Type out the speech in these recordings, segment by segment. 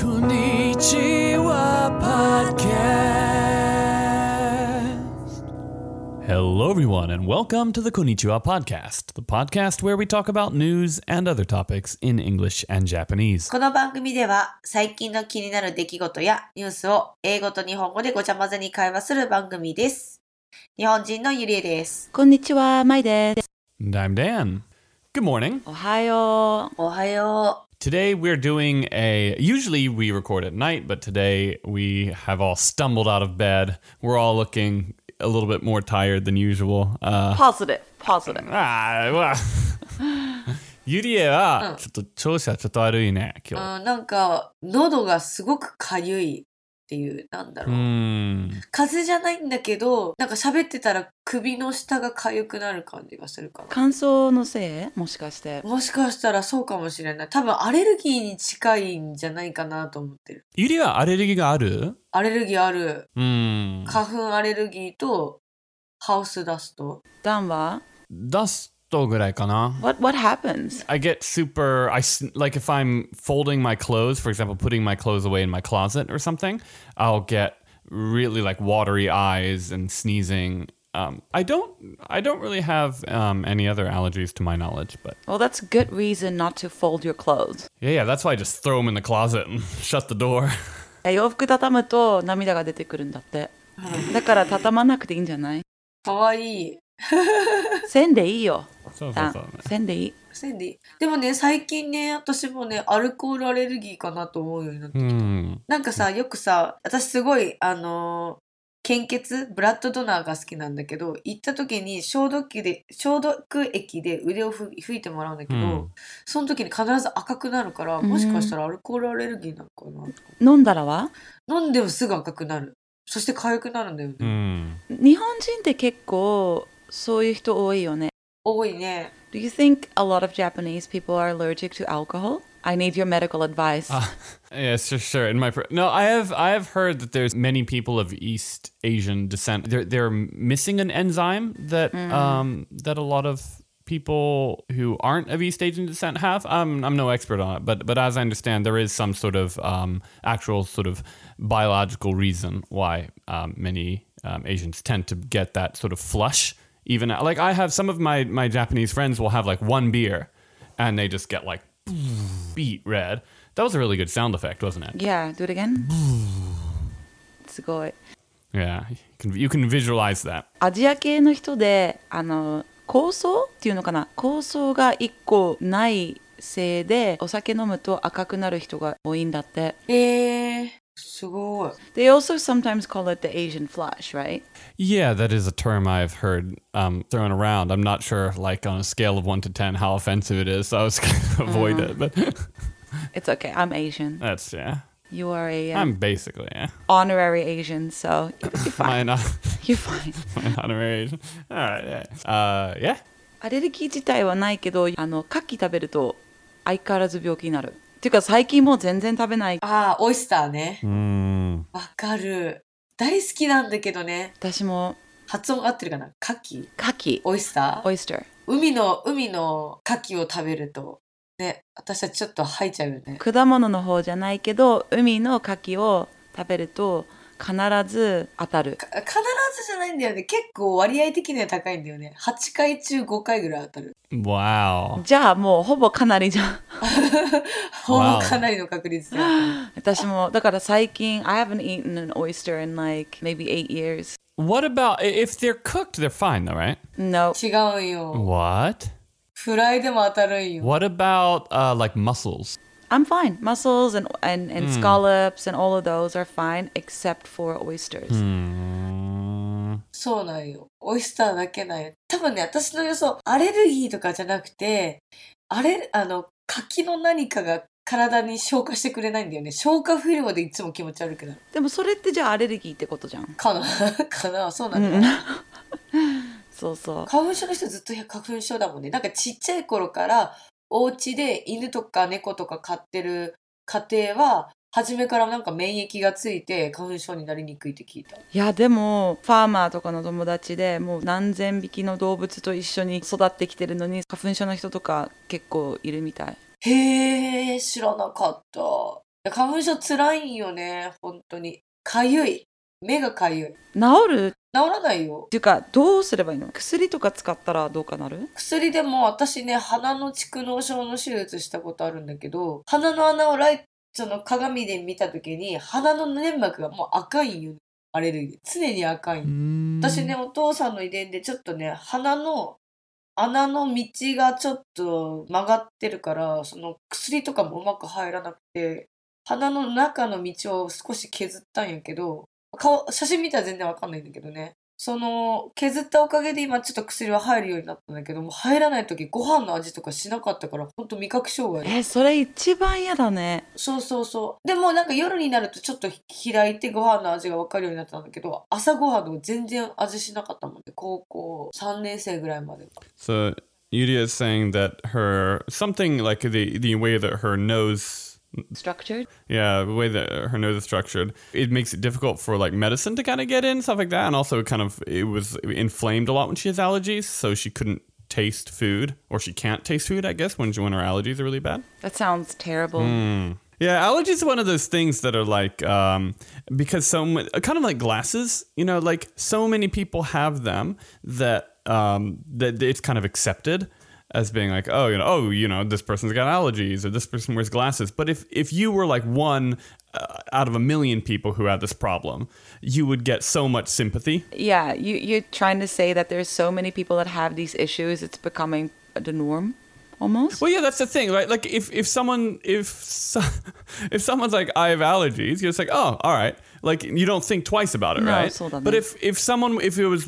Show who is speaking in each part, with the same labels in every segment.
Speaker 1: こんにちは、podcast. Hello, everyone, and welcome to the Konnichiwa Podcast, the podcast where we talk about news and other topics in English and Japanese.
Speaker 2: この番組では最近の気になる出来事やニュースを英語と日本語でごちゃ混ぜに会話する番組です。日本人のゆりえです。
Speaker 3: こんにちは、まいです。
Speaker 1: And I'm Dan. Good morning.
Speaker 3: おはよ
Speaker 2: おはよ
Speaker 1: Today we're doing a. Usually we record at night, but today we have all stumbled out of bed. We're all looking a little bit more tired than usual. Uh,
Speaker 3: う。ポジティブ、ポジティブ。
Speaker 1: ああ、まあ。ユリエは、ちょっと調子はちょっと悪いね、
Speaker 2: う。う
Speaker 1: 今日。
Speaker 2: ん、なんか喉がすごくかゆいっていう、なんだ
Speaker 1: う
Speaker 2: ろう。
Speaker 1: ん。
Speaker 2: 風邪じゃないんだけど、なんか喋ってたら首の下がかゆくなる感じがするかな。
Speaker 3: 乾燥のせいもしかして。
Speaker 2: もしかしたらそうかもしれない。多分アレルギーに近いんじゃないかなと思ってる。
Speaker 1: ユリエはアレルギーがある
Speaker 2: アレルギーある。
Speaker 1: うん。
Speaker 2: 花粉アレルギーとハウスダスト。
Speaker 3: ダンは
Speaker 1: ダストぐらいかな。
Speaker 3: what, ?What happens?
Speaker 1: I get super. I s- like if I'm folding my clothes, for example, putting my clothes away in my closet or something. I'll get really like watery eyes and sneezing. Um, I don't. I don't really have um, any other allergies to my knowledge, but
Speaker 3: Well, that's a good reason not to fold your clothes.
Speaker 1: yeah, yeah. That's why I just throw them in the closet and shut the door.
Speaker 3: 洋服畳むと涙が出てくるんだって。だから畳まなくていいんじ ゃない
Speaker 2: かわいい。
Speaker 3: 線でいいよ。
Speaker 1: そうそ
Speaker 3: ダ
Speaker 1: うそう
Speaker 3: ン。線でいい。
Speaker 2: センディ。でもね、最近ね、私もね、アルコールアレルギーかなと思うようになって。
Speaker 1: うん。
Speaker 2: なんかさ、よくさ、私すごい、あのー献血、ブラッドドナーが好きなんだけど、行った時に消毒器で、消毒液で腕をふ拭いてもらうんだけど、
Speaker 1: うん
Speaker 2: その時に必ず赤くなるから、もしかしたらアルコールアレルギーなのかなとか
Speaker 3: 飲んだらは
Speaker 2: 飲んでもすぐ赤くなる。そして痒くなるんだよね。
Speaker 1: うん。
Speaker 3: 日本人って結構そういう人多いよね。
Speaker 2: 多いね。
Speaker 3: Do you think a lot of Japanese people are allergic to alcohol? I need your medical advice.
Speaker 1: Uh, Yeah, sure, sure. In my pr- no, I have I have heard that there's many people of East Asian descent. They're they're missing an enzyme that um that a lot of people who aren't of East Asian descent have. I'm I'm no expert on it, but but as I understand, there is some sort of um actual sort of biological reason why um, many um, Asians tend to get that sort of flush. Even like I have some of my my Japanese friends will have like one beer, and they just get like beat red. That was a really good sound effect, wasn't it?
Speaker 3: Yeah, do it again. すごい。
Speaker 1: Yeah, you can, you can visualize that.
Speaker 3: アジア系の人で、あの、構想っていうのかな構想が一個ないせいで、お酒飲むと赤くなる人が多いんだって。
Speaker 2: えー、すごい。
Speaker 3: They also sometimes call it the Asian flush, right?
Speaker 1: Yeah, that is a term I've heard um, thrown around. I'm not sure, like on a scale of one to ten, how offensive it is. So I was going to avoid it, but
Speaker 3: It's okay, I'm Asian.
Speaker 1: that's yeah.
Speaker 3: You are a、uh,
Speaker 1: I'm basically yeah.
Speaker 3: honorary Asian, so you're fine.
Speaker 1: Mine, uh,
Speaker 3: You're fine.
Speaker 1: mine honorary. All right. Yeah. Uh, yeah.
Speaker 3: アレルギー自体はないけど、あの、牡蠣食べると相変わらず病気になる。っていうか最近もう全然食べない。
Speaker 2: ああ、オイスターね。
Speaker 1: Mm.
Speaker 2: わかる。大好きなんだけどね。
Speaker 3: 私も
Speaker 2: 発音合ってるかな牡蠣
Speaker 3: 牡蠣、
Speaker 2: オイスター
Speaker 3: オイスター。
Speaker 2: 海の海の牡蠣を食べるとね私たちちょっと吐いちゃうよね
Speaker 3: 果物の方じゃないけど海の牡蠣を食べると必ず当たる
Speaker 2: か必ずじゃないんだよね結構割合的には高いんだよね8回中5回ぐらい当たる
Speaker 1: Wow.
Speaker 3: じゃあもうほぼかなりじゃん
Speaker 2: ほぼかなりの確率で当たる
Speaker 3: 私もだから最近 I haven't eaten an oyster in like maybe eight years
Speaker 1: What about i- if they're cooked? They're fine though, right?
Speaker 3: No
Speaker 2: 違うんよ
Speaker 1: What?
Speaker 2: フライでも当たるんよ
Speaker 1: What about uh, like mussels?
Speaker 3: I'm fine mussels and, and, and scallops and all of those are fine except for oysters、
Speaker 1: Hmm. Mm.
Speaker 2: そうなんよオイスターだけない多分ね私の予想アレルギーとかじゃなくてあれあの柿の何かが体に消化してくれないんだよね消化フィルムでいつも気持ち悪くなる
Speaker 3: でもそれってじゃあアレルギーってことじゃん
Speaker 2: かな かなそうな
Speaker 3: うん
Speaker 2: だ、
Speaker 3: んそうそう
Speaker 2: 花粉症の人ずっと花粉症だもんねなんかちっちゃい頃からお家で犬とか猫とか飼ってる家庭は初めからなんか免疫がついて花粉症になりにくいって聞いた
Speaker 3: いやでもファーマーとかの友達でもう何千匹の動物と一緒に育ってきてるのに花粉症の人とか結構いるみたい
Speaker 2: へえ知らなかったや花粉症つらいんよね、本当に。かゆい。目がかゆい。治
Speaker 3: 治るっ
Speaker 2: らないよ。
Speaker 3: ていうかどうすればいいの薬とか使ったらどうかなる
Speaker 2: 薬でも私ね、鼻の蓄膿症の手術したことあるんだけど、鼻の穴をライその鏡で見た時に、鼻の粘膜がもう赤いんよ。アレルギー。常に赤いんよ私ね、お父さんの遺伝でちょっとね、鼻の穴の道がちょっと曲がってるから、その薬とかもうまく入らなくて、鼻の中の道を少し削ったんやけど、顔、写真見たら全然わかんないんだけどね。その、削ったおかげで今ちょっと薬は入るようになったんだけども、入らない時ご飯の味とかしなかったから、ほんと味覚障害。
Speaker 3: えそれ一番嫌だね
Speaker 2: そうそうそう。でもなんか夜になるとちょっと開いてご飯の味が分かるようになったんだけど、朝ご飯でも全然味しなかったもんね。高校3年生ぐらいまで。
Speaker 1: So Yuria is saying that her something like the the way that her nose
Speaker 3: structured
Speaker 1: yeah, the way that her nose is structured, it makes it difficult for like medicine to kind of get in stuff like that, and also it kind of it was inflamed a lot when she has allergies, so she couldn't taste food or she can't taste food, I guess, when she, when her allergies are really bad.
Speaker 3: that sounds terrible、
Speaker 1: Yeah, allergies are one of those things that are like um, because so mu- kind of like glasses, you know, like so many people have them that um, that it's kind of accepted as being like, oh, you know, oh, you know, this person's got allergies or this person wears glasses. But if if you were like one uh, out of a million people who had this problem, you would get so much sympathy.
Speaker 3: yeah you, you're trying to say that there's so many people that have these issues it's becoming the norm almost
Speaker 1: Well, yeah, that's the thing, right? Like, if if someone if so, if someone's like, I have allergies, you're just like, oh, all right. Like, you don't think twice about it,
Speaker 3: No,
Speaker 1: right?
Speaker 3: sort of,
Speaker 1: But
Speaker 3: no.
Speaker 1: if if someone if it was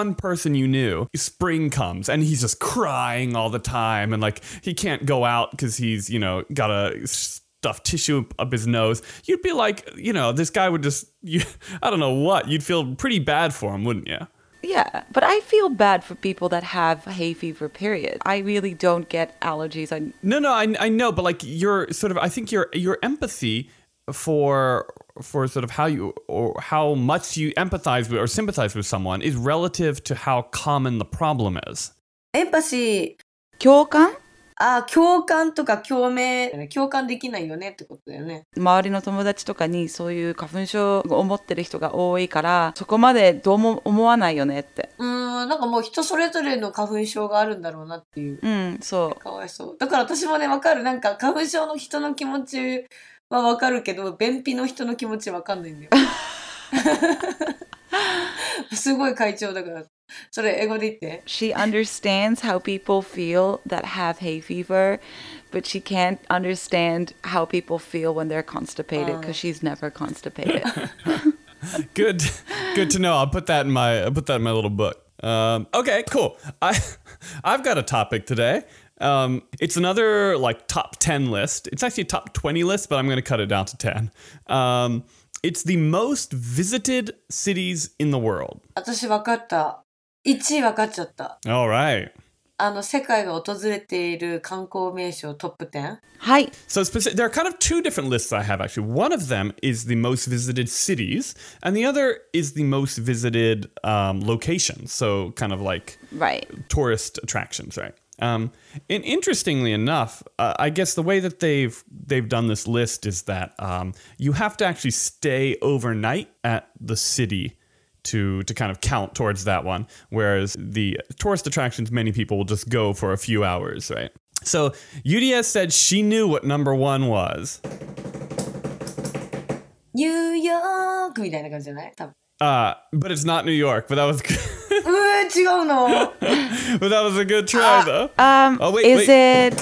Speaker 1: one person you knew, spring comes and he's just crying all the time and like he can't go out because he's you know got a stuffed tissue up his nose. You'd be like, you know, this guy would just you, I don't know what. You'd feel pretty bad for him, wouldn't you?
Speaker 3: Yeah, but I feel bad for people that have hay fever, period. I really don't get allergies. I,
Speaker 1: No, no, I, I know, but like your sort of, I think your your empathy for for sort of how you or how much you empathize with or sympathize with someone is relative to how common the problem is.
Speaker 2: エンパシー、
Speaker 3: 共感
Speaker 2: あー共感とか共鳴、共感できないよねってことだよね。
Speaker 3: 周りの友達とかにそういう花粉症を持ってる人が多いから、そこまでどうも思わないよねって。
Speaker 2: うーん、なんかもう人それぞれの花粉症があるんだろうなっていう。
Speaker 3: うん、そ
Speaker 2: かわいそう。だから私もね、わかる。なんか花粉症の人の気持ちはわかるけど、便秘の人の気持ちわかんないんだよ。すごい会長だから。それ英語で言って。
Speaker 3: う。She understands how people feel that have hay fever, but she can't understand how people feel when they're constipated because she's never constipated.
Speaker 1: Good, good to know. I'll put that in my I'll put that in my little book. Um, okay, cool. I I've got a topic today. Um, it's another like top ten list. It's actually a top twenty list, but I'm going to cut it down to ten. Um, it's the most visited cities in the world.
Speaker 2: 私わかった。1位わかっちゃった。
Speaker 1: All right.
Speaker 2: あの、世界が訪れている観光名所トップ10。
Speaker 3: はい。
Speaker 1: So speci there are kind of two different lists I have actually. One of them is the most visited cities, and the other is the most visited um, locations. So kind of like
Speaker 3: Right.
Speaker 1: tourist attractions, right? Um, and interestingly enough, uh, I guess the way that they've they've done this list is that um, you have to actually stay overnight at the city to to kind of count towards that one. Whereas the tourist attractions, many people will just go for a few hours, right? So UDS said she knew what number one was.
Speaker 2: ニューヨークみたいな感じじゃない多分。
Speaker 1: Uh, but it's not New York. But that was good.
Speaker 2: うー、違うの
Speaker 1: but that was a good try though.
Speaker 3: Um,
Speaker 1: Oh, wait,
Speaker 3: is it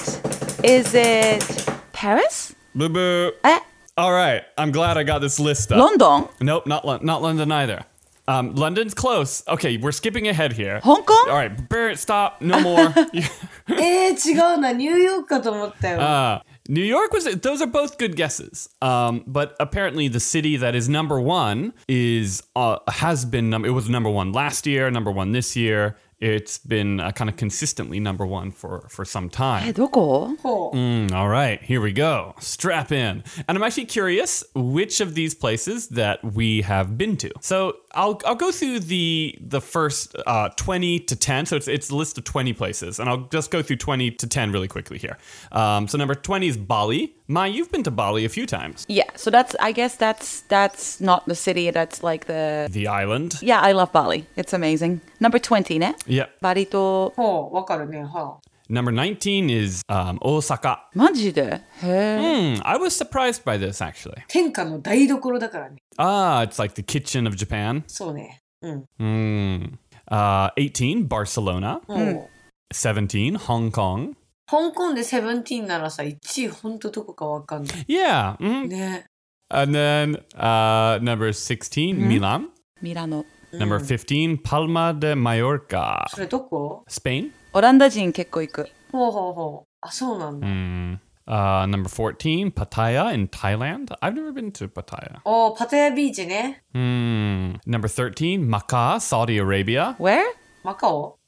Speaker 3: is it Paris? Eh?
Speaker 1: Boo boo.
Speaker 3: え
Speaker 1: All right, I'm glad I got this list up.
Speaker 3: ロンドン
Speaker 1: Nope, not Lon- not London either. Um, London's close. Okay, we're skipping ahead here.
Speaker 3: 香
Speaker 1: All
Speaker 3: 港
Speaker 1: right, Barrett, stop. No more.
Speaker 2: えー、違うな。ニューヨークかと思ったよ。
Speaker 1: uh, New York was. Those are both good guesses. Um, but apparently, the city that is number one is uh, has been. Num- it was number one last year. Number one this year. It's been uh, kind of consistently number one for for some
Speaker 3: え
Speaker 1: time.
Speaker 3: Eh, どこ
Speaker 2: ほう。
Speaker 1: Mm, all right, here we go. Strap in. And I'm actually curious which of these places that we have been to. So I'll I'll go through the the first uh, twenty to ten. So it's it's a list of twenty places, and I'll just go through twenty to ten really quickly here. Um, so number twenty is Bali. Ma, you've been to Bali a few times.
Speaker 3: Yeah, so that's I guess that's that's not the city. That's like the
Speaker 1: The island.
Speaker 3: yeah. I love Bali. It's amazing. Number twenty ね。
Speaker 1: Yeah.
Speaker 3: バリ島
Speaker 2: ほう、わかるね。は
Speaker 1: Number nineteen is um, Osaka.
Speaker 3: マジでへえ。
Speaker 1: Hmm. I was surprised by this actually.
Speaker 2: 天下の台所だからね。
Speaker 1: Ah, it's like the kitchen of Japan.
Speaker 2: そうね。うん。
Speaker 1: Hmm. Uh, 18, Barcelona.
Speaker 2: もう、
Speaker 1: 17, Hong Kong.
Speaker 2: 香港でセブンティーンならさ、1位ほんとどこかわかんない。
Speaker 1: Yeah. mhm.
Speaker 2: ね。
Speaker 1: And then uh, number 16, Milan.
Speaker 3: ミラノ。
Speaker 1: Number 15, Palma de Mallorca.
Speaker 2: それどこ
Speaker 1: Spain.
Speaker 3: オランダ人結構行く。
Speaker 2: ほうほうほう。あ、そうなんだ。
Speaker 1: Mm. Uh, number 14, Pattaya in Thailand. I've never been to Pattaya.
Speaker 2: おー、パタヤビーチね。
Speaker 1: Hmm. Number 13, Makkah, Saudi Arabia.
Speaker 3: Where?
Speaker 2: マカオ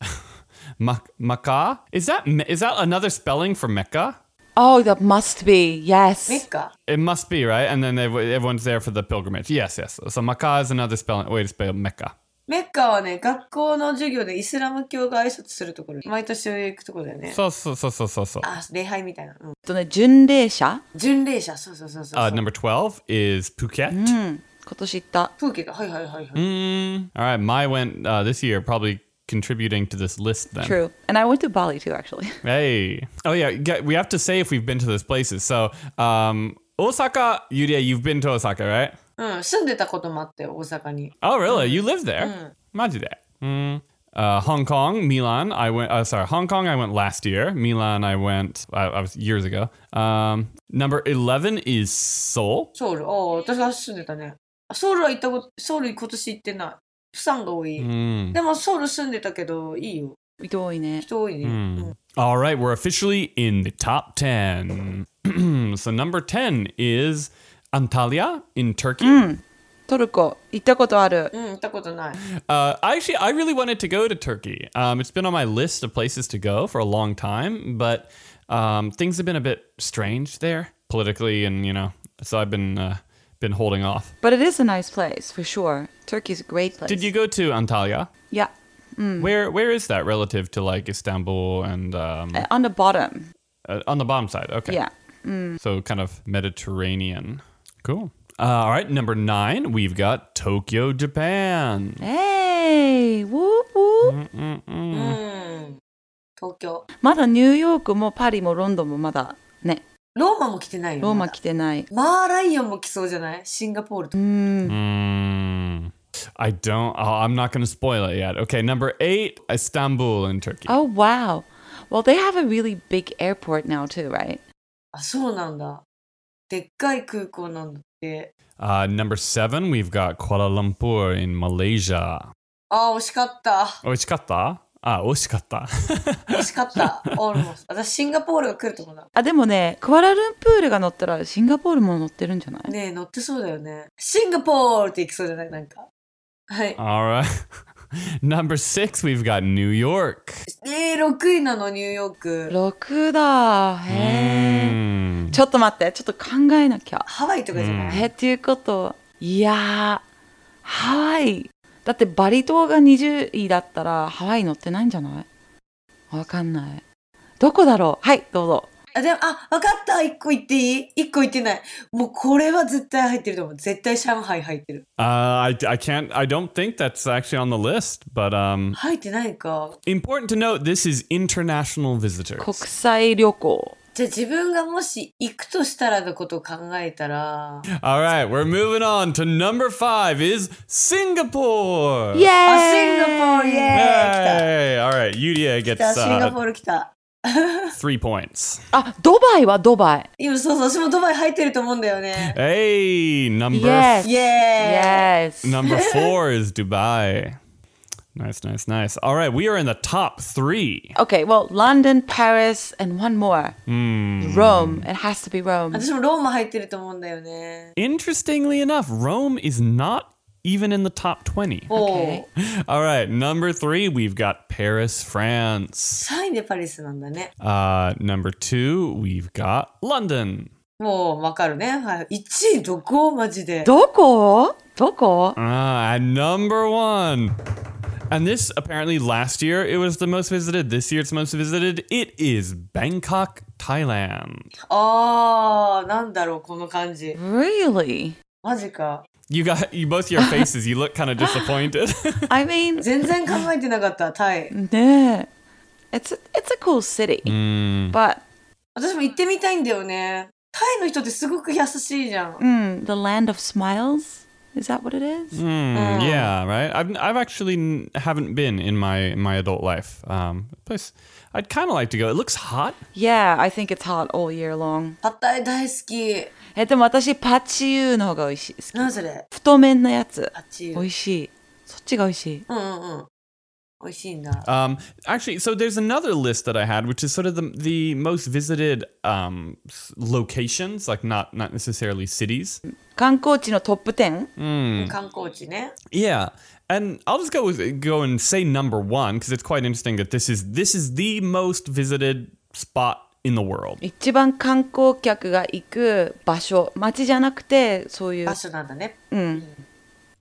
Speaker 1: Mak- Makkah? Is that, Me- is that another spelling for Mecca?
Speaker 3: Oh, that must be.
Speaker 2: メ
Speaker 3: Yes.
Speaker 2: ッカ
Speaker 1: It must be, right? And then they, everyone's there for the pilgrimage. Yes, yes. So Makkah is another spelling, way to spell Mecca.
Speaker 2: メッカはね、学校の授業でイスラム教が挨拶するところ、毎年行くところだよね。
Speaker 1: So, so, so, so, so, so.
Speaker 2: あ、礼拝みたいな。うん。
Speaker 3: えっとね、巡礼者
Speaker 2: 巡礼者、そうそうそうそう。
Speaker 1: Uh, number 12 is Phuket.
Speaker 3: うん。今年行った。
Speaker 2: 風景が、はいはいはいはい。
Speaker 1: Mm. All right, my went uh, this year, probably contributing to this list then.
Speaker 3: True. And I went to Bali too, actually.
Speaker 1: Hey. Oh, yeah. g- We have to say if we've been to those places. So, um, Osaka, Yuria, you've been to Osaka, right?
Speaker 2: うん、住んでたこともあって、大阪に。
Speaker 1: Oh, really? You live there? Majide. Mm. Uh, Hong Kong, Milan. I went. Uh, sorry, Hong Kong. I went last year. Milan. I went. I, I was years ago. Um, number eleven is Seoul.
Speaker 2: ソウル、ああ、私が住んでたね。あソウルは行ったこと、ソウル今年行ってない。プサンが多い。
Speaker 1: Mm.
Speaker 2: でもソウル住んでたけど、いいよ。
Speaker 3: 遠いね。
Speaker 2: 人多いね。うん、
Speaker 1: All right, we're officially in the top ten. so number ten is Antalya in Turkey.
Speaker 3: Hmm. トルコ、行ったことある。
Speaker 2: うん、行ったことない。
Speaker 1: Uh, I actually, I really wanted to go to Turkey. Um, it's been on my list of places to go for a long time, but um, things have been a bit strange there politically, and you know, so I've been uh, been holding off.
Speaker 3: But it is a nice place, for sure. Turkey's a great place.
Speaker 1: Did you go to Antalya?
Speaker 3: Yeah. Hmm.
Speaker 1: Where where is that relative to like Istanbul and um,
Speaker 3: Uh, On the bottom.
Speaker 1: uh, on the bottom side? Okay,
Speaker 3: Yeah.
Speaker 1: so kind of Mediterranean. Cool. Uh, all right, number nine, we've got Tokyo, Japan.
Speaker 3: Hey! Whoop
Speaker 1: Mm-hmm.
Speaker 3: whoop!
Speaker 2: うん。東京。
Speaker 3: まだニューヨークもパリもロンドンもまだね、
Speaker 2: ローマも来てないよ。
Speaker 3: ローマ
Speaker 2: まだ
Speaker 3: 来てない。
Speaker 2: マーライオンも来そうじゃないシンガポールとか。
Speaker 1: Mm, I don't. Oh, I'm not going to spoil it yet. Okay, number eight, Istanbul in Turkey.
Speaker 3: Oh, wow! Well, they have a really big airport now, too, right?
Speaker 2: あ、そうなんだ。でっかい空港なんだって。
Speaker 1: Uh, number seven, we've got Kuala Lumpur in Malaysia.
Speaker 2: ああ、惜しかった。
Speaker 1: Oishikatta? Ah, oshikatta.
Speaker 2: 惜しかった。 オールモス。私、シンガポールが来ると思うな。
Speaker 3: あ、でもね、クアラルンプールが乗ったらシンガポールも乗ってるんじゃない
Speaker 2: ねえ、乗ってそうだよね。シンガポールって行きそうじゃないなんか。はい。
Speaker 1: All right. number six, we've got New York.
Speaker 2: えー、6位なの、ニューヨーク。
Speaker 3: ?6 だへえ。
Speaker 1: Mm.
Speaker 3: ちょっと待って、ちょっと考えなきゃ。
Speaker 2: ハワイとかじゃない、
Speaker 3: え、っていうことはいやー、ハワイ。だってバリ島が20位だったらハワイ乗ってないんじゃないわかんない。どこだろうはい、どうぞ。
Speaker 2: あ、でも、あ、わかった一個言っていい一個言ってない。もうこれは絶対入ってると思う。絶対上海入ってる。
Speaker 1: Uh, I, I can't. I don't think that's actually on the list, but um,
Speaker 2: 入ってないか。
Speaker 1: important to note this is international
Speaker 3: 国
Speaker 1: visitors.
Speaker 3: 際旅行。
Speaker 2: じゃあ自分がもし行くとしたらのことを考えたら。
Speaker 1: All right, we're moving on to number five is Singapore.
Speaker 2: あ、シン
Speaker 3: イエーイ
Speaker 2: ガポールイェーイ来
Speaker 1: Hey, all right, Yudia
Speaker 2: た
Speaker 1: gets
Speaker 2: 来た、シン
Speaker 1: uh,
Speaker 2: ガポール来た。
Speaker 1: three points.
Speaker 3: あ、ドバイはドバイ。
Speaker 2: 今、そうそう、私もドバイ入ってると思うんだよね。
Speaker 1: Hey, number
Speaker 3: Yes.
Speaker 2: イエーイ
Speaker 3: Yes.
Speaker 1: number four is Dubai. Nice, nice, nice. All right, we are in the top three.
Speaker 3: Okay, well, London, Paris, and one more.
Speaker 1: Hmm.
Speaker 3: Rome. It has to be Rome.
Speaker 2: 私もローマ入ってると思うんだよね。
Speaker 1: Interestingly enough, Rome is not even in the top twenty.
Speaker 2: Oh. おう。
Speaker 1: All right, number three, we've got Paris, France.
Speaker 2: 3位でパリスなんだね。
Speaker 1: Uh, number two, we've got London.
Speaker 2: もうわかるね。はい。1位どこマジで。
Speaker 3: どこどこ
Speaker 1: Ah, at number one. And this apparently last year it was the most visited. This year it's most visited. It is Bangkok, Thailand.
Speaker 2: あー、なんだろう、この感じ。
Speaker 3: Really?
Speaker 2: マジか。
Speaker 1: You got you both your faces. You look kind of disappointed.
Speaker 3: I mean,
Speaker 2: 全然考えてなかった、タイ。
Speaker 3: ねえ It's a, it's a cool city,
Speaker 1: Hmm.
Speaker 3: but
Speaker 2: 私も行ってみたいんだよね。タイの人ってすごく優しいじゃん。
Speaker 3: mm, the land of smiles? Is that what it is?
Speaker 1: Hmm, yeah, right. I've I've actually n- haven't been in my my adult life. Um, place I'd kind of like to go. It looks hot.
Speaker 3: Yeah, I think it's hot all year long.
Speaker 2: パッタイ大好き。
Speaker 3: え、でも私、パチユーの方が美味しい。好き
Speaker 2: 何それ
Speaker 3: 太麺のやつ。
Speaker 2: あっち。
Speaker 3: 美味しい。そっちが美味しい。
Speaker 2: うんうんうん。美味しいんだ。
Speaker 1: Um, actually, so there's another list that I had, which is sort of the the most visited um s- locations, like not not necessarily cities. Hmm.
Speaker 3: 観光地のトップ 10?
Speaker 2: 観光地ね。
Speaker 1: Yeah, and I'll just go with go and say number one because it's quite interesting that this is this is the most visited spot in the world.
Speaker 3: 一番観光客が行く場所。街じゃなくて、そういう
Speaker 2: 場。所なんだね。
Speaker 3: うん。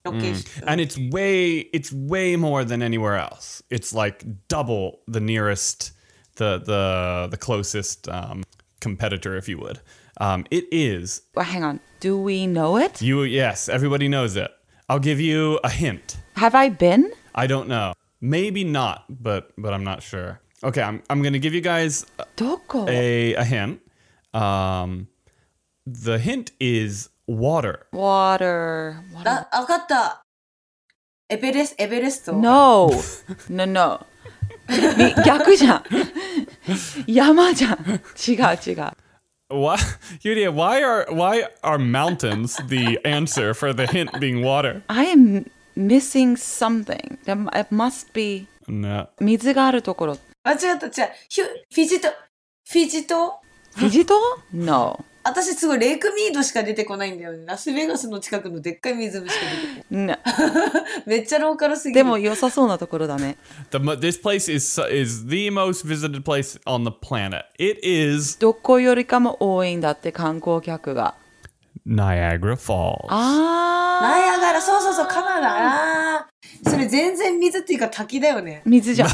Speaker 2: ロケーション。
Speaker 1: and it's way it's way more than anywhere else it's like double the nearest the the the closest um, competitor if you would um, it is
Speaker 3: Well, hang on. Do we know it?
Speaker 1: you yes everybody knows it i'll give you a hint
Speaker 3: Have I been?
Speaker 1: i don't know maybe not but but i'm not sure okay i'm, I'm gonna give you guys
Speaker 3: どこ
Speaker 1: a, a hint um, the hint is water
Speaker 3: ?Water. Water.
Speaker 2: だ、わかった。エベレス、エベレスト。
Speaker 3: No. No, no. み逆じゃん。山じゃん。違う違う。
Speaker 1: Why, Yulia? Why are why are mountains the answer for the hint being water?
Speaker 3: I am missing something. There mu- It must be
Speaker 1: No.
Speaker 3: 水があるところ。
Speaker 2: 間違った、違う。ヒュ、フィジト、フィジト
Speaker 3: フィジ島 ?No.
Speaker 2: 私すごいレイクミードしか出てこないんだよね。ラスベガスの近くのでっかい湖しか出てこない。
Speaker 3: No.
Speaker 2: めっちゃローカルすぎる。
Speaker 3: でも良さそうなところだね。
Speaker 1: The mo- this place is so- is the most visited place on the planet. It is
Speaker 3: どこよりかも多いんだって観光客が。
Speaker 1: Niagara Falls.
Speaker 3: あ
Speaker 2: ナイアガラ、そうそうそう、カナダ。あーそれ全然水っていうか滝だよね
Speaker 3: ー。。水じゃん。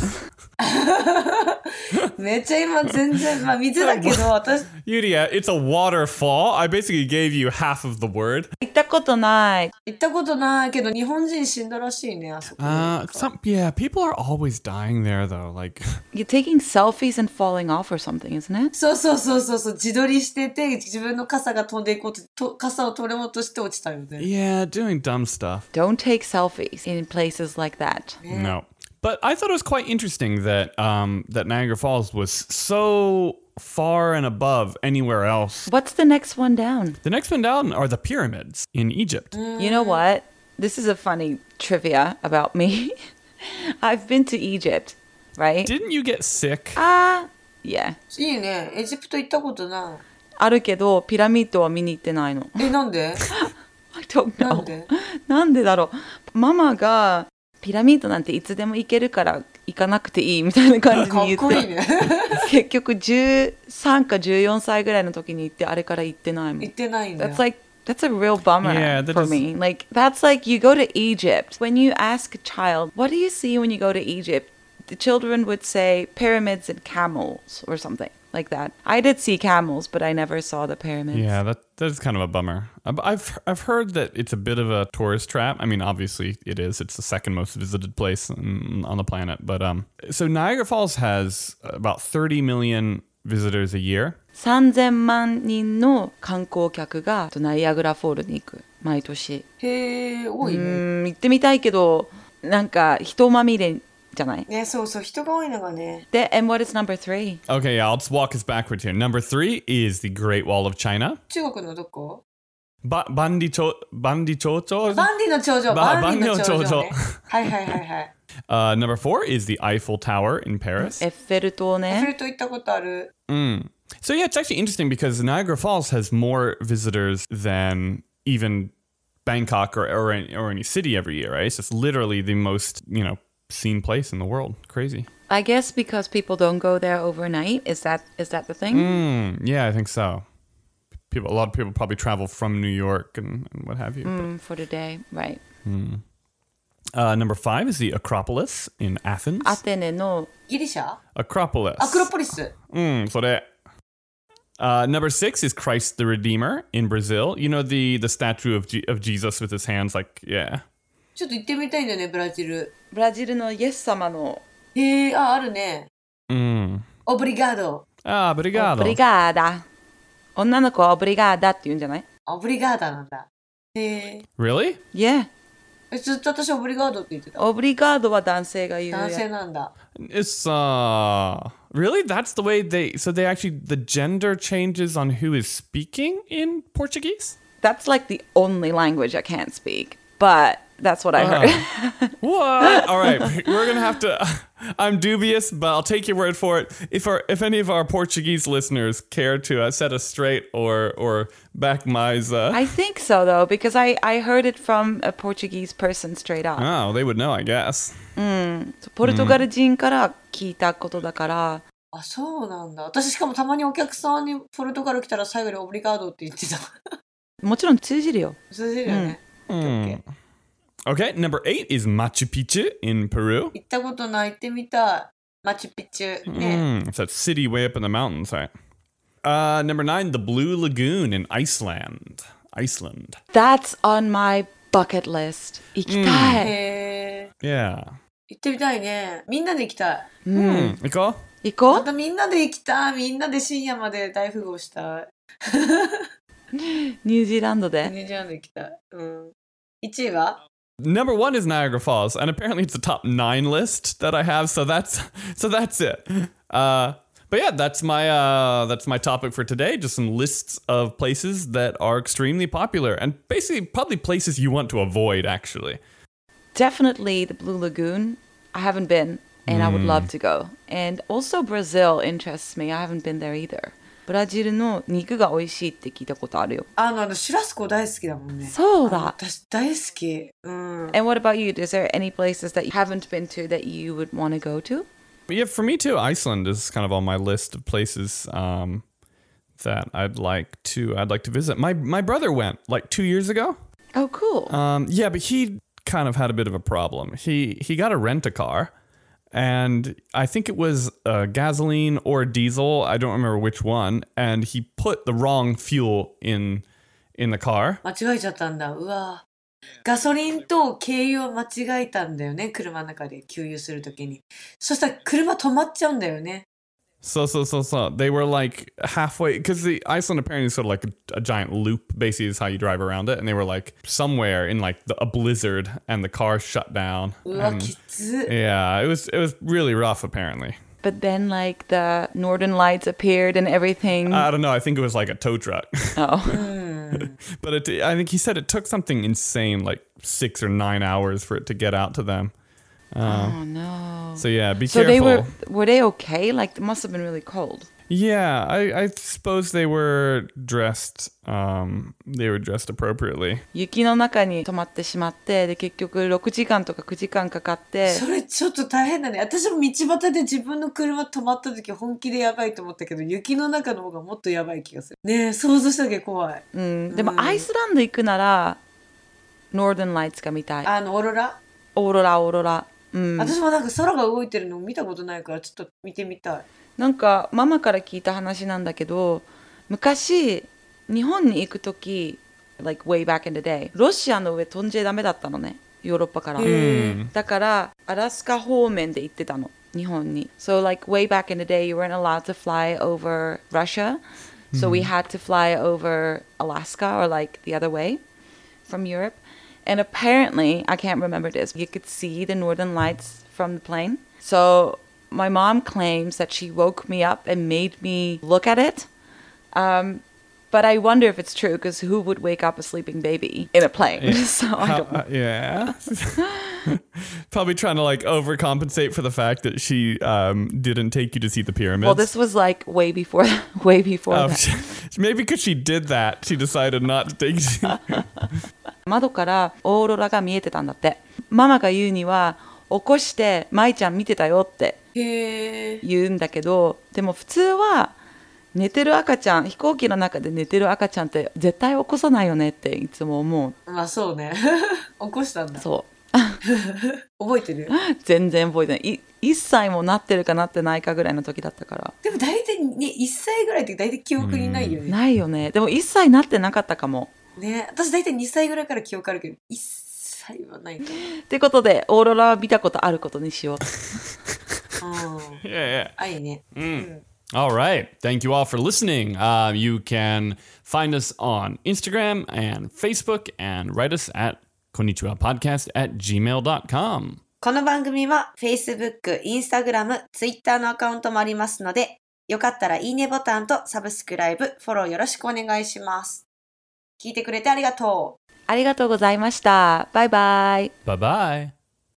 Speaker 2: めっちゃ今全然、まあ水だ けど、私、
Speaker 1: Yulia, it's a waterfall. I basically gave you half of the word.
Speaker 3: 行ったことない。
Speaker 2: 行ったことないけど、日本人死んだらしいね、あそこ。
Speaker 1: Uh, some yeah, people are always dying there though. Like,
Speaker 3: You're taking selfies and falling off or something, isn't it?
Speaker 2: そうそうそうそうそう、自撮りしてて、自分の傘が飛んでいこうと、と傘を取ろうとして落ちたよね。
Speaker 1: yeah, doing dumb stuff.
Speaker 3: Don't take selfies in places like that.
Speaker 1: No. But I thought it was quite interesting that um, that Niagara Falls was so far and above anywhere else
Speaker 3: What's the next one down?
Speaker 1: The next one down are the pyramids in Egypt.
Speaker 3: You know what? This is a funny trivia about me. I've been to Egypt, right?
Speaker 1: Didn't you get sick?
Speaker 3: Ah, yeah.
Speaker 2: いいね、エジプト行ったことな
Speaker 3: あるけど、ピラミッドは見に行ってないの。
Speaker 2: い。え、なん で
Speaker 3: I don't
Speaker 2: な
Speaker 3: know.
Speaker 2: んで
Speaker 3: なんでだろう。ママが、ピラミッドなんていつでも行けるから行かなくていいみたいな感じ
Speaker 2: かっ
Speaker 3: に言
Speaker 2: こ いい
Speaker 3: って、
Speaker 2: ね。
Speaker 3: 結局13か14歳ぐらいの時に行って、あれから行ってないも ん
Speaker 2: 行っ。てないんだ。
Speaker 3: That's like that's a real bummer
Speaker 1: Yeah, that
Speaker 3: for
Speaker 1: is-
Speaker 3: me. Like that's like you go to Egypt. When you ask a child, "What do you see when you go to Egypt?" the children would say pyramids and camels or something like that. I did see camels, but I never saw the pyramids.
Speaker 1: Yeah, that that's kind of a bummer. I've- I've I've heard that it's a bit of a tourist trap. I mean, obviously it is. It's the second most visited place on on the planet. But um, so Niagara Falls has about 30 million visitors a year.
Speaker 3: 3000万人の観光客がナイアグラフォールに行く毎年。
Speaker 2: へえ、多いうね。
Speaker 3: ーん行ってみたいけどなんか人まみれじゃない。
Speaker 2: ね、そうそう、人が多いのがね。
Speaker 3: で、and what is number three?
Speaker 1: Okay, yeah, I'll just walk us backwards here. Number three is the Great Wall of China.
Speaker 2: 中国のどこ
Speaker 1: Ba- Bandicho Bandichocho.
Speaker 2: バンディの頂上、
Speaker 1: ば
Speaker 2: バンディの頂
Speaker 1: バンディの頂
Speaker 2: 上、ね
Speaker 1: 上。
Speaker 2: はいはいはい はい。
Speaker 1: Uh, number four is the Eiffel Tower in Paris.
Speaker 3: エッフェル
Speaker 2: エッフ
Speaker 3: 塔
Speaker 2: ェ
Speaker 3: ね。
Speaker 2: ル塔行ったことある。
Speaker 1: Mm. So yeah, it's actually interesting because Niagara Falls has more visitors than even Bangkok or or, any- or any city every year, right? It's just literally the most you know seen place in the world. Crazy.
Speaker 3: I guess because
Speaker 1: Hmm,
Speaker 3: people don't go there overnight. Is that is that the thing?
Speaker 1: Mm, yeah, I think so. P- people, a lot of people probably travel from New York and, and what have you.
Speaker 3: Mm, for the day, right?
Speaker 1: Uh, number five is the Acropolis in Athens.
Speaker 3: アテネの
Speaker 2: ギリシャ
Speaker 1: Acropolis.
Speaker 2: アクロポリス。
Speaker 1: Mm, so that. Uh, number six is Christ the Redeemer in Brazil. You know the the statue of G- of Jesus with his hands like yeah.
Speaker 2: ちょっと行ってみたいんだよね、ブラジル。
Speaker 3: ブラジルのイエス様の
Speaker 2: へえ、あ、あるね。
Speaker 1: Mm.
Speaker 2: オブリガード。
Speaker 1: Ah,
Speaker 3: オ
Speaker 1: obrigado.
Speaker 3: ブリガーダ。女の子はオブリガーダって言うんじゃない
Speaker 2: オブリガーダなんだ。へ
Speaker 1: Really?
Speaker 3: Yeah。
Speaker 2: え。ずっと私オブリガードって言ってた。
Speaker 3: オブリガードは男性が言うや
Speaker 2: 男性
Speaker 3: つ。
Speaker 2: なんだ。
Speaker 1: It's uh really that's the way they so they actually the gender changes on who is speaking in Portuguese.
Speaker 3: That's like the only language I can't speak. But that's what I heard.
Speaker 1: What? All right, we're gonna have to. I'm dubious, but I'll take your word for it. If our if any of our Portuguese listeners care to uh, set us straight or or back my uh,
Speaker 3: I think so though, because I, I heard it from a Portuguese person straight up.
Speaker 1: oh they would know, I guess.
Speaker 3: ポルトガル人から聞いたことだから、
Speaker 2: あ、そうなんだ。私しかもたまにお客さんにポルトガル来たら最後にオブリガードって言ってた。
Speaker 3: もちろん通じるよ。
Speaker 2: 通じるよね。
Speaker 1: Hmm. Okay, number eight is Machu Picchu in Peru.
Speaker 2: 行ったことない行ってみたい。マチュピチュ。ね。
Speaker 1: Mm, it's that city way up in the mountains, right? Uh, number nine, the Blue Lagoon in Iceland. Iceland.
Speaker 3: That's on my bucket list. 行きたい。
Speaker 2: へえ。
Speaker 1: Yeah.
Speaker 2: 行ってみたいね。みんなで行きたい。
Speaker 1: Hmm. Nicole?
Speaker 3: 行
Speaker 2: ま
Speaker 3: こ
Speaker 2: たみんなで行きたい。みんなで深夜まで大富豪したい。
Speaker 3: うニュージーランドで。
Speaker 2: ニュージーランド行きたい。うん。1位は
Speaker 1: Number one is Niagara Falls, and apparently it's the top nine list that I have. So that's so that's it. Uh, but yeah, that's my uh, that's my topic for today. Just some lists of places that are extremely popular, and basically probably places you want to avoid. Actually,
Speaker 3: Definitely the Blue Lagoon. I haven't been and I would love
Speaker 1: Mm.
Speaker 3: to go. And also Brazil interests me. I haven't been there either. ブラジルの肉が美味しいって聞いたことあるよ。
Speaker 2: あの、あの、シュラスコ大好きだもんね。
Speaker 3: そうだ。
Speaker 2: 私大好き。うん。
Speaker 3: And what about you? Is there any places that you haven't been to that you would want to go to?
Speaker 1: but yeah, for me too, Iceland is kind of on my list of places um, that I'd like to I'd like to visit. My my brother went like two years ago.
Speaker 3: Oh, cool.
Speaker 1: Um, yeah, but he kind of had a bit of a problem. He he got a rent a car, and I think it was uh, gasoline or diesel. I don't remember which one. And he put the wrong fuel in in the car.
Speaker 2: 間違えちゃったんだ。うわガソリンと軽油を間違えたんだよね。車の中で給油するときに。そしたら車止まっちゃうんだよね。
Speaker 1: So so so so they were like halfway because the Iceland apparently is sort of like a, a giant loop. Basically, is how you drive around it. And they were like somewhere in like the, a blizzard, and the car shut down.
Speaker 2: うわ、
Speaker 1: And-
Speaker 2: きつ。
Speaker 1: yeah, it was it was really rough. Apparently,
Speaker 3: But then, like, the northern lights appeared and everything.
Speaker 1: I don't know. I think it was like a tow truck.
Speaker 3: oh,
Speaker 2: うん。
Speaker 1: But it, I think he said it took something insane, like six or nine hours for it to get out to them.
Speaker 3: oh no.
Speaker 1: So yeah, be
Speaker 3: So
Speaker 1: careful.
Speaker 3: they were were they okay? Like, it must have been really cold.
Speaker 1: yeah, I, I suppose they were dressed. Um, they were dressed appropriately.
Speaker 3: 雪の中に泊まってしまって、で、結局6時間とか9時間かかって、
Speaker 2: それちょっと大変だね。私も道端で自分の車止まったとき本気でやばいと思ったけど、雪の中の方がもっとやばい気がする。ねえ、想像しただけ怖い。
Speaker 3: うん。でも、アイスランド行くなら、ノーデンライツが見たい。
Speaker 2: あの、オーロラ、
Speaker 3: オーロラ、オーロラ。うん。
Speaker 2: 私もなんか空が動いてるの見たことないから、ちょっと見てみたい。
Speaker 3: なんかママから聞いた話なんだけど昔日本に行く時 like way back in the day ロシアの上飛んじゃダメだったのねヨーロッパからだからアラスカ方面で行ってたの日本に so like way back in the day you weren't allowed to fly over Russia so we had to fly over Alaska or like the other way from Europe. And apparently, I can't remember this, you could see the northern lights from the plane. So my mom claims that she woke me up and made me look at it. Um, but I wonder if it's true because who would wake up a sleeping baby in a plane? so I
Speaker 1: How-
Speaker 3: don't
Speaker 1: uh, yeah. Probably trying to like overcompensate for the fact that she um, didn't take you to see the pyramids.
Speaker 3: Well, this was like way before, way before
Speaker 1: Um,
Speaker 3: that.
Speaker 1: maybe because she did that, she decided not to take. you to-
Speaker 3: 窓からオーロラが見えてたんだって。ママが言うには、起こして、舞ちゃん見てたよって
Speaker 2: へえ。
Speaker 3: 言うんだけどでも普通は寝てる赤ちゃん飛行機の中で寝てる赤ちゃんって絶対起こさないよねっていつも思
Speaker 2: まあそうね 起こしたん
Speaker 3: う
Speaker 2: だ
Speaker 3: そう
Speaker 2: 覚えてる
Speaker 3: 全然覚えてないい一歳もなってるかなってないかぐらいの時だったから
Speaker 2: でも大体ね1歳ぐらいって大体記憶にないよね
Speaker 3: ないよねでも一歳なってなかったかも
Speaker 2: ね私大体2歳ぐらいから記憶あるけど1歳はないか
Speaker 3: ということでオーロラは見たことあることにしよう
Speaker 2: なうん
Speaker 1: Yeah, yeah.
Speaker 2: 愛ね
Speaker 1: All right. Thank you all for listening. Uh, you can find us on Instagram and Facebook and write us at konnichiwa podcast at gmail.com.
Speaker 2: この番組は Facebook、Instagram、Twitter のアカウントもありますので、よかったらいいねボタンとサブスクライブ、フォローよろしくお願いします。聞いてくれてありがとう。
Speaker 3: ありがとうございましたバイバイ
Speaker 1: Bye bye.